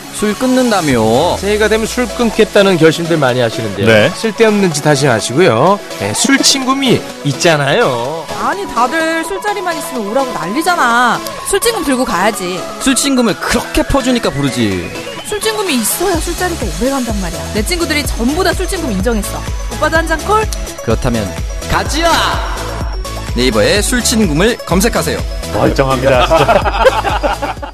술 끊는다며. 새해가 되면 술 끊겠다는 결심들 많이 하시는데요. 네. 쓸데없는 짓 하지 마시고요. 네, 술 친구미 있잖아요. 아니, 다들 술자리만 있으면 오라고 난리잖아. 술진금 들고 가야지. 술 친구미 그렇게 퍼주니까 부르지. 술진금이 있어야 술자리가 오래 간단 말이야. 내 친구들이 전부 다 술진금 인정했어. 오빠도 한 잔 콜? 그렇다면 가지야. 네이버에 술 친구미를 검색하세요. 멀쩡합니다.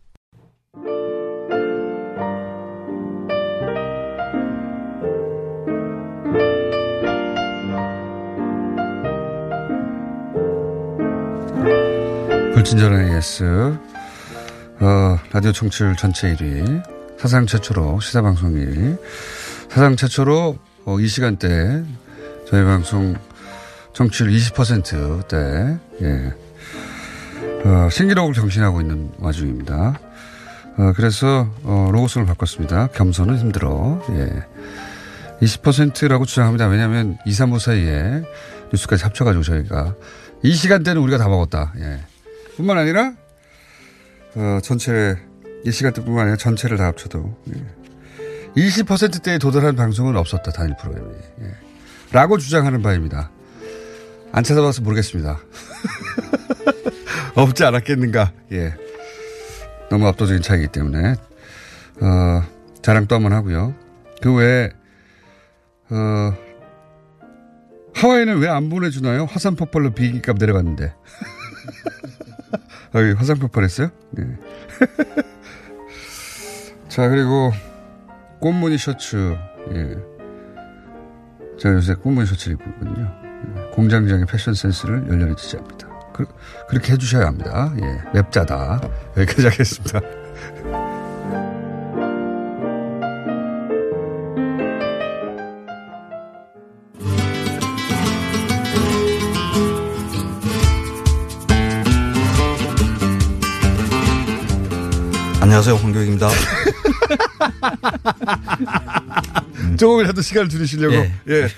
불친절한 예스 어, 라디오 청취율 전체 1위 사상 최초로 시사방송 1위 사상 최초로 어, 이 시간대에 저희 방송 청취율 20%대 예. 어, 신기록을 경신하고 있는 와중입니다 어, 그래서 어, 로고송을 바꿨습니다 겸손은 힘들어 예. 20%라고 주장합니다 왜냐하면 2, 3부 사이에 뉴스까지 합쳐가지고 저희가 이 시간대는 우리가 다 먹었다. 예. 뿐만 아니라 어, 전체 이 시간대뿐만 아니라 전체를 다 합쳐도 예. 20%대에 도달한 방송은 없었다 단일 프로그램이 예. 라고 주장하는 바입니다. 안 찾아봐서 모르겠습니다. 없지 않았겠는가. 예. 너무 압도적인 차이기 때문에 어, 자랑도 한번 하고요. 그 외에 어, 하와이는 왜 안 보내주나요? 화산 폭발로 비행기 값 내려갔는데. 아, 화산 폭발했어요? 네. 자, 그리고 꽃무늬 셔츠. 예. 제가 요새 꽃무늬 셔츠를 입고 있거든요. 예. 공장장의 패션 센스를 열렬히 지지합니다. 그, 렇게 해주셔야 합니다. 예. 맵자다. 여기까지 하겠습니다. 안녕하세요 홍교익입니다. 조금이라도 시간을 줄이시려고. 예. 예.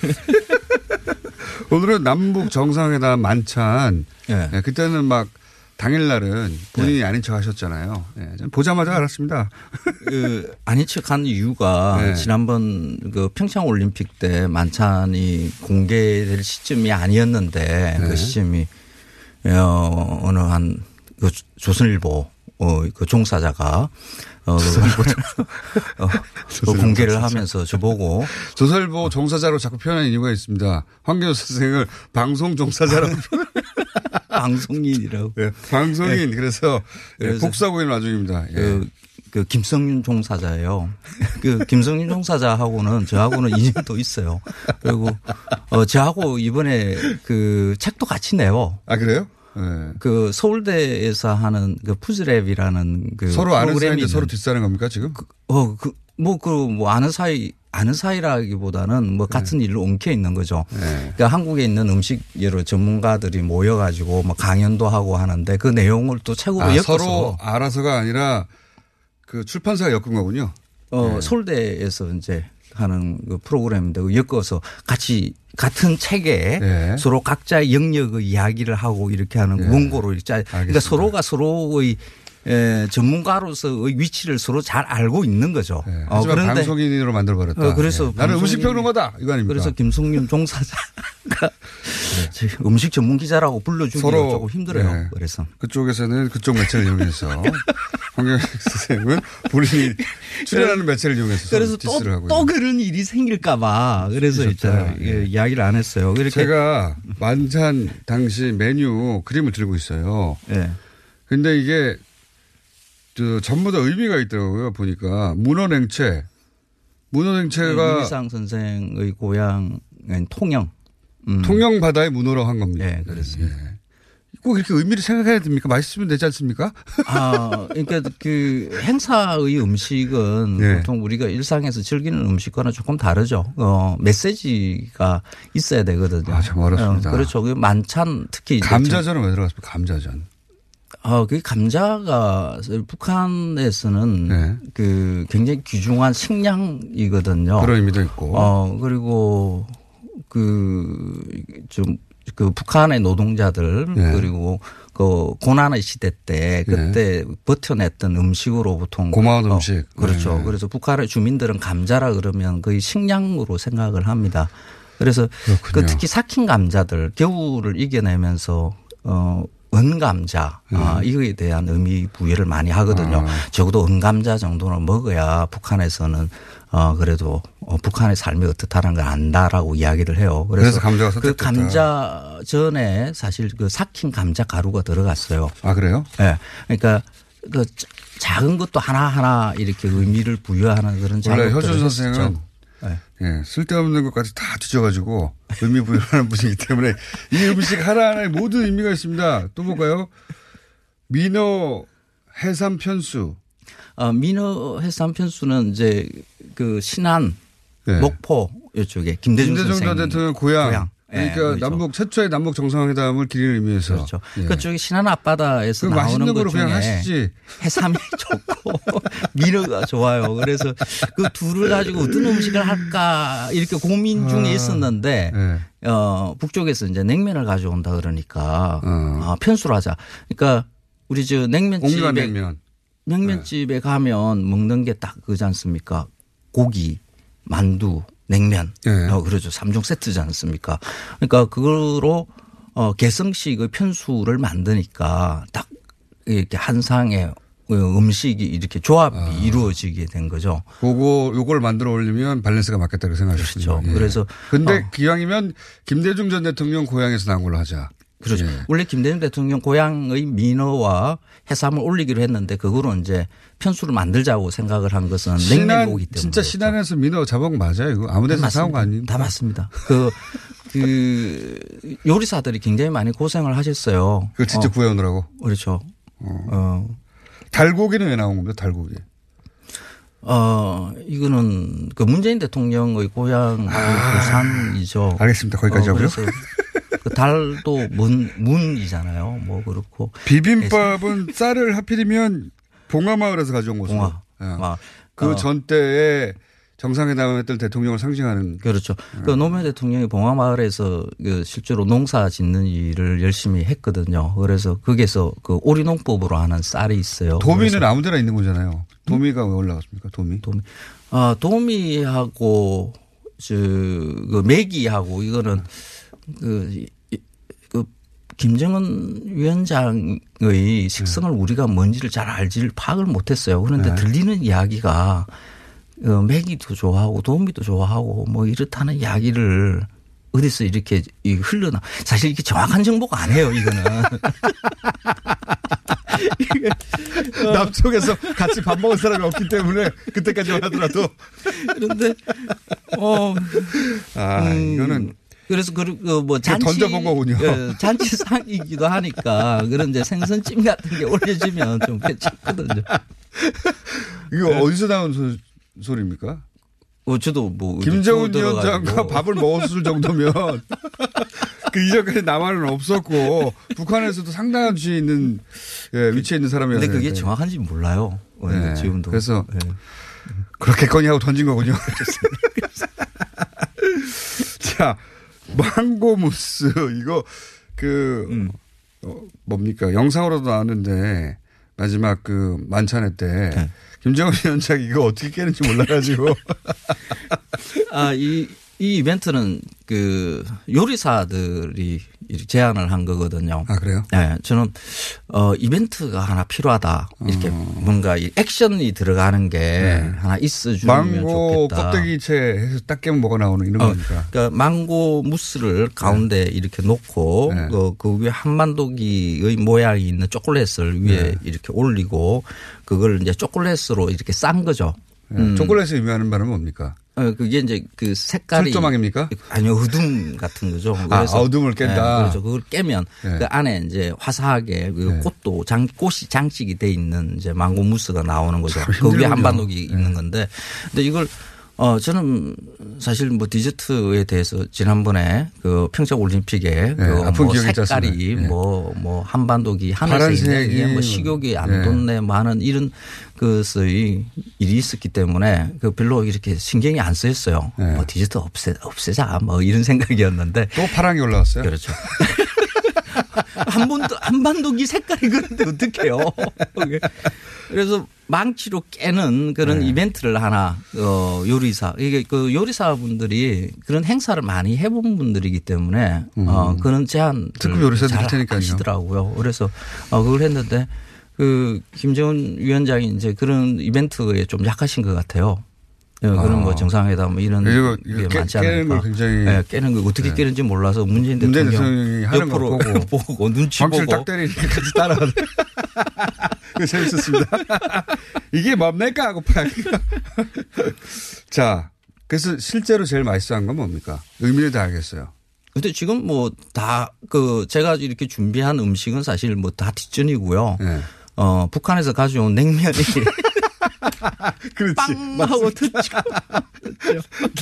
오늘은 남북 정상회담 만찬. 예. 예, 그때는 막 당일날은 본인이 아닌 척 하셨잖아요. 예, 전 보자마자 알았습니다. 그 아닌 척한 이유가 네. 지난번 그 평창 올림픽 때 만찬이 공개될 시점이 아니었는데 네. 그 시점이 어, 어느 한그 조선일보 어, 그 종사자가 어, 어, 그 조선일보 공개를 종사자. 하면서 저보고 조설보 종사자로 자꾸 표현하는 이유가 있습니다. 황교 선생을 방송 종사자라고 표현. 방송인이라고. 네. 방송인. 예. 그래서, 예, 그래서 복사하고 있는 와중입니다. 예. 그, 그 김성윤 종사자예요. 그 김성윤 종사자하고는 저하고는 인연도 있어요. 그리고 어 저하고 이번에 그 책도 같이 내요. 아 그래요? 그 서울대에서 하는 그 푸즈랩이라는 그 서로 아는 프로그램이 사이인데 서로 있는데 뒷사는 겁니까 지금? 어, 그, 뭐, 그, 뭐, 아는 사이, 아는 사이라기보다는 뭐 같은 네. 일로 엉켜 있는 거죠. 예. 그러니까 한국에 있는 음식 여러 전문가들이 모여가지고 뭐 강연도 하고 하는데 그 내용을 또 책으로 아, 엮어서 서로 알아서가 아니라 그 출판사가 엮은 거군요. 어, 예. 서울대에서 이제 하는 그 프로그램인데 그거 엮어서 같이 같은 책에 예. 서로 각자의 영역의 이야기를 하고 이렇게 하는 예. 문고로 이렇게 짜. 알겠습니다. 그러니까 서로가 서로의 에, 전문가로서의 위치를 서로 잘 알고 있는 거죠. 어, 예. 네. 하지만 방송인으로 만들어버렸다. 어, 그래서 예. 나는 방송인- 음식평론가다 이거 아닙니까? 그래서 김성윤 종사자 음식 전문 기자라고 불러주기 네. 서로 조금 힘들어요. 예. 그래서 그쪽에서는 그쪽 매체를 이용해서 황교익 선생은 본인이 출연하는 매체를 이용해서 서로 그래서 또, 디스를 하고 또 그런 일이 생길까봐 그래서 있잖아요. 예, 이야기를 안 했어요. 이렇게 그러니까 제가 만찬 당시 메뉴 그림을 들고 있어요. 예. 근데 이게 저 전부 다 의미가 있더라고요. 보니까 문어냉채, 문어냉채가 유미상 선생의 고향 통영. 통영 바다의 문어로 한 겁니다. 음. 네, 그렇습니다. 꼭 이렇게 의미를 생각해야 됩니까? 맛있으면 되지 않습니까? 아, 그러니까 그 행사의 음식은 예. 보통 우리가 일상에서 즐기는 음식과는 조금 다르죠. 어, 메시지가 있어야 되거든요. 아, 참 어렵습니다. 그렇죠. 그 만찬 특히 이제 감자전은 왜 들어갔습니까? 감자전. 아, 그 감자가 북한에서는 예. 그 굉장히 귀중한 어. 그렇죠. 식량이거든요. 그런 의미도 있고. 어, 그리고 그 어, 좀 그 북한의 노동자들 그리고 그 고난의 시대 때 그때 버텨냈던 음식으로 보통 고마운 음식. 그렇죠. 네. 그래서 북한의 주민들은 감자라 그러면 거의 식량으로 생각을 합니다. 그래서 그 그렇군요. 특히 삭힌 감자들 겨울을 이겨내면서 어 은감자 아, 음. 이거에 대한 의미 부여를 많이 아. 하거든요. 적어도 은감자 정도는 먹어야 북한에서는 어 그래도 어, 북한의 삶이 어떻다는 걸 안다라고 이야기를 해요. 그래서 감자가 그 선택됐다. 감자 전에 사실 그 삭힌 감자 가루가 들어갔어요. 아 그래요? 예. 그러니까 그 자- 작은 것도 하나하나 이렇게 의미를 부여하는 그런 원래 작업들을 효준 했었죠. 선생은 네. 예, 쓸데없는 것까지 다 뒤져가지고 의미 부여하는 분이기 때문에 이 음식 하나하나에 모든 의미가 있습니다. 또 볼까요? 민어 해삼 편수. 어, 민어 해삼 편수는 이제 그 신안 네. 목포 이쪽에 김대중 김대중, 전 예. 선생님 대통령 고향. 예, 그러니까 거기죠. 남북 최초의 남북 정상회담을 기리는 의미에서. 그렇죠. 예. 그쪽에 신안 앞바다에서 그 나오는 맛있는 것 거로 중에 그냥 하시지. 해삼이 좋고 민어가 좋아요. 그래서 그 둘을 가지고 어떤 음식을 할까 이렇게 고민 중에 아, 있었는데 예. 어, 북쪽에서 이제 냉면을 가져온다 그러니까 아, 편수로 하자. 그러니까 우리 저 냉면집에 옥류관 냉면. 냉면집에 가면 먹는 게 딱 그지 않습니까? 고기, 만두, 냉면. 예. 어, 그러죠. 삼종 세트지 않습니까? 그러니까 그걸로 어, 개성식의 편수를 만드니까 딱 이렇게 한 상에 어, 음식이 이렇게 조합이 이루어지게 된 거죠. 그거 요걸 만들어 올리면 밸런스가 맞겠다고 생각하셨죠. 그렇죠. 그래서 근데 어. 기왕이면 김대중 전 대통령 고향에서 나온 걸로 하자. 예. 그렇죠. 원래 김대중 대통령 고향의 민어와 해삼을 올리기로 했는데 그거로 이제 편수를 만들자고 생각을 한 아, 것은 신안 냉면고기 그렇죠. 때문에. 진짜 신안에서 민어 잡은 거 맞아요. 이거 아무데서 사온 거 아니에요? 다 맞습니다. 그, 그, 요리사들이 굉장히 많이 고생을 하셨어요. 그걸 직접 어, 구해오느라고. 그렇죠. 어. 달고기는 왜 나온 겁니까? 달고기. 어, 이거는 그 문재인 대통령의 고향 부산이죠. 아. 어, 알겠습니다. 거기까지 하고요. 그래서 그 달도 문, 문이잖아요. 뭐 그렇고. 그렇죠. 비빔밥은 네, 쌀을 하필이면 봉화마을에서 가져온 거죠. 봉화. 아, 어. 그전 때에 정상회담했던 대통령을 상징하는. 그렇죠. 그 음. 노무현 대통령이 봉화마을에서 그 실제로 농사 짓는 일을 열심히 했거든요. 그래서 거기에서 그 오리농법으로 하는 쌀이 있어요. 도미는 아무데나 있는 거잖아요. 도미가 왜 올라갔습니까? 도미. 도미. 아, 도미하고 저, 그 매기하고 이거는 그, 이- 이- 그 김정은 위원장의 식성을 우리가 뭔지를 잘 알지를 파악을 못했어요. 그런데 들리는 이야기가 어, 매기도 좋아하고 도미도 좋아하고 뭐 이렇다는 이야기를 어디서 이렇게 이 흘러나 사실 이게 정확한 정보가 아니에요 이거는 어. 남쪽에서 같이 밥 먹은 사람이 없기 때문에 그때까지만 하더라도 그런데 어 아 음. 이거는 음. 그래서 그뭐 그냥 잔치 던져본 거군요. 예, 잔치상이기도 하니까 그런데 생선찜 같은 게 올려주면 좀 괜찮거든요. 이거 네. 어디서 나온 소, 소리입니까? 어, 저도 뭐 이제 김정은 주워 위원장과 들어가지고. 밥을 먹었을 정도면 그 이전까지 남한은 없었고 북한에서도 상당한 주에 있는 예, 위치에 있는 사람이었는데 근데 그게 정확한지 몰라요. 어, 네. 지금도 그래서 예. 그렇겠거니 하고 던진 거군요. 자, 망고 무스 이거 그 음. 어, 뭡니까 영상으로도 나왔는데 마지막 그 만찬회 때 네. 김정은 위원장 이거 어떻게 깨는지 몰라가지고 아, 이, 이 이벤트는 그 요리사들이 이렇게 제안을 한 거거든요. 아, 그래요? 네. 저는, 어, 이벤트가 하나 필요하다. 어. 이렇게 뭔가 이 액션이 들어가는 게 하나 있어 주면 네. 망고 좋겠다. 껍데기채 해서 딱 깨면 뭐가 나오는 이런 어, 거니까. 네. 그러니까 망고 무스를 가운데 이렇게 놓고 그, 그 위에 한반도기의 모양이 있는 초콜릿을 위에 네. 이렇게 올리고 그걸 이제 초콜릿으로 이렇게 싼 거죠. 음. 초콜릿을 의미하는 말은 뭡니까? 어, 그게 이제 그 색깔이 술조망입니까? 아니요, 어둠 같은 거죠. 아, 어둠을 깬다. 예, 그렇죠. 그걸 깨면 예. 그 안에 이제 화사하게 그 꽃도 장 꽃이 장식이 돼 있는 이제 망고 무스가 나오는 거죠. 그 위에 힘들군요. 예. 한반도기 있는 건데, 근데 이걸 어, 저는 사실 뭐 디저트에 대해서 지난번에 그 평창 올림픽에 네, 아픈 그뭐 기억이 있지 색깔이 않습니까? 예. 뭐 뭐 한반도기 파란색이 하늘색이 뭐 식욕이 예. 안 돋네 많은 이런 것의 일이 있었기 때문에 그 별로 이렇게 신경이 안 쓰였어요. 뭐 디저트 없애 없애자 뭐 이런 생각이었는데 또 파랑이 올라왔어요. 그렇죠. 한 번도 한반도기 색깔이 그런데 어떡해요. 그래서 망치로 깨는 그런 네. 이벤트를 하나 어 요리사 이게 그 요리사분들이 그런 행사를 많이 해본 분들이기 때문에 어 음. 그런 제안 특급 요리사들 잘 테니까요. 하시더라고요. 그래서 어 그걸 했는데 그 김정은 위원장이 이제 그런 이벤트에 좀 약하신 것 같아요. 예, 그런 아. 뭐 정상회담 뭐 이런 이거- 게 이거 깨- 많지 않을까. 깨는 걸 굉장히- 예, 깨는 걸 어떻게 네. 깨는지 몰라서 문재인 문재인 대통령 대통령이 하는 걸 옆으로 보고. 보고 눈치 광채를 보고 딱 때리니까 같이 따라가네. 그거 재밌었습니다. 이게 뭡니까? 하고 파랑. 자, 그래서 실제로 제일 맛있어한 건 뭡니까? 의미를 다하겠어요. 근데 지금 뭐 다 그 제가 이렇게 준비한 음식은 사실 뭐 다 뒷전이고요. 네. 예. 어 북한에서 가져온 냉면이 그렇지. 빵 하고 터지고.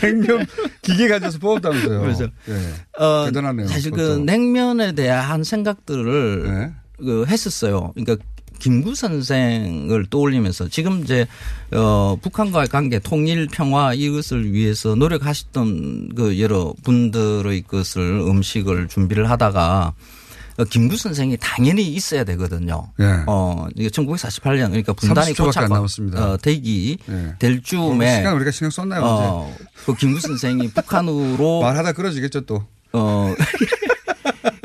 냉면 기계 가져서 뽑았다면서요. 그렇죠. 예. 어, 대단하네요. 사실 그 그것도. 네. 냉면에 대한 생각들을 그 했었어요. 그러니까 김구 선생을 떠올리면서 지금 이제 어 북한과의 관계 통일 평화 이것을 위해서 노력하셨던 그 여러 분들의 것을 음식을 준비를 하다가 어, 김구 선생이 당연히 있어야 되거든요. 예. 어 이게 1948년 그러니까 분단이 30초 밖에 안 고착화- 남았습니다. 어, 되기 예. 될 즈음에 시간 우리가 신경 썼나요? 어, 그 김구 선생이 북한으로 말하다 끊어지겠죠 또. 어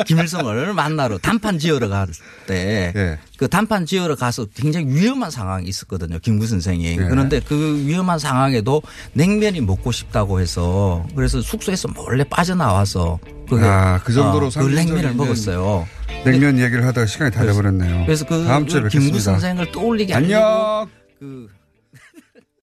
김일성을 만나러 단판 지으러 갈 때 예. 그 단판 지으러 가서 굉장히 위험한 상황이 있었거든요. 김구 선생이. 예. 그런데 그 위험한 상황에도 냉면이 먹고 싶다고 해서 그래서 숙소에서 몰래 빠져나와서 그게 아, 그 정도로 어, 그 상징적인 냉면을 먹었어요. 냉면 얘기를 하다가 시간이 다 네. 그래서- 돼버렸네요. 그래서 그 다음 주에 김구 뵙겠습니다. 선생을 떠올리게 안녕. 하려고 그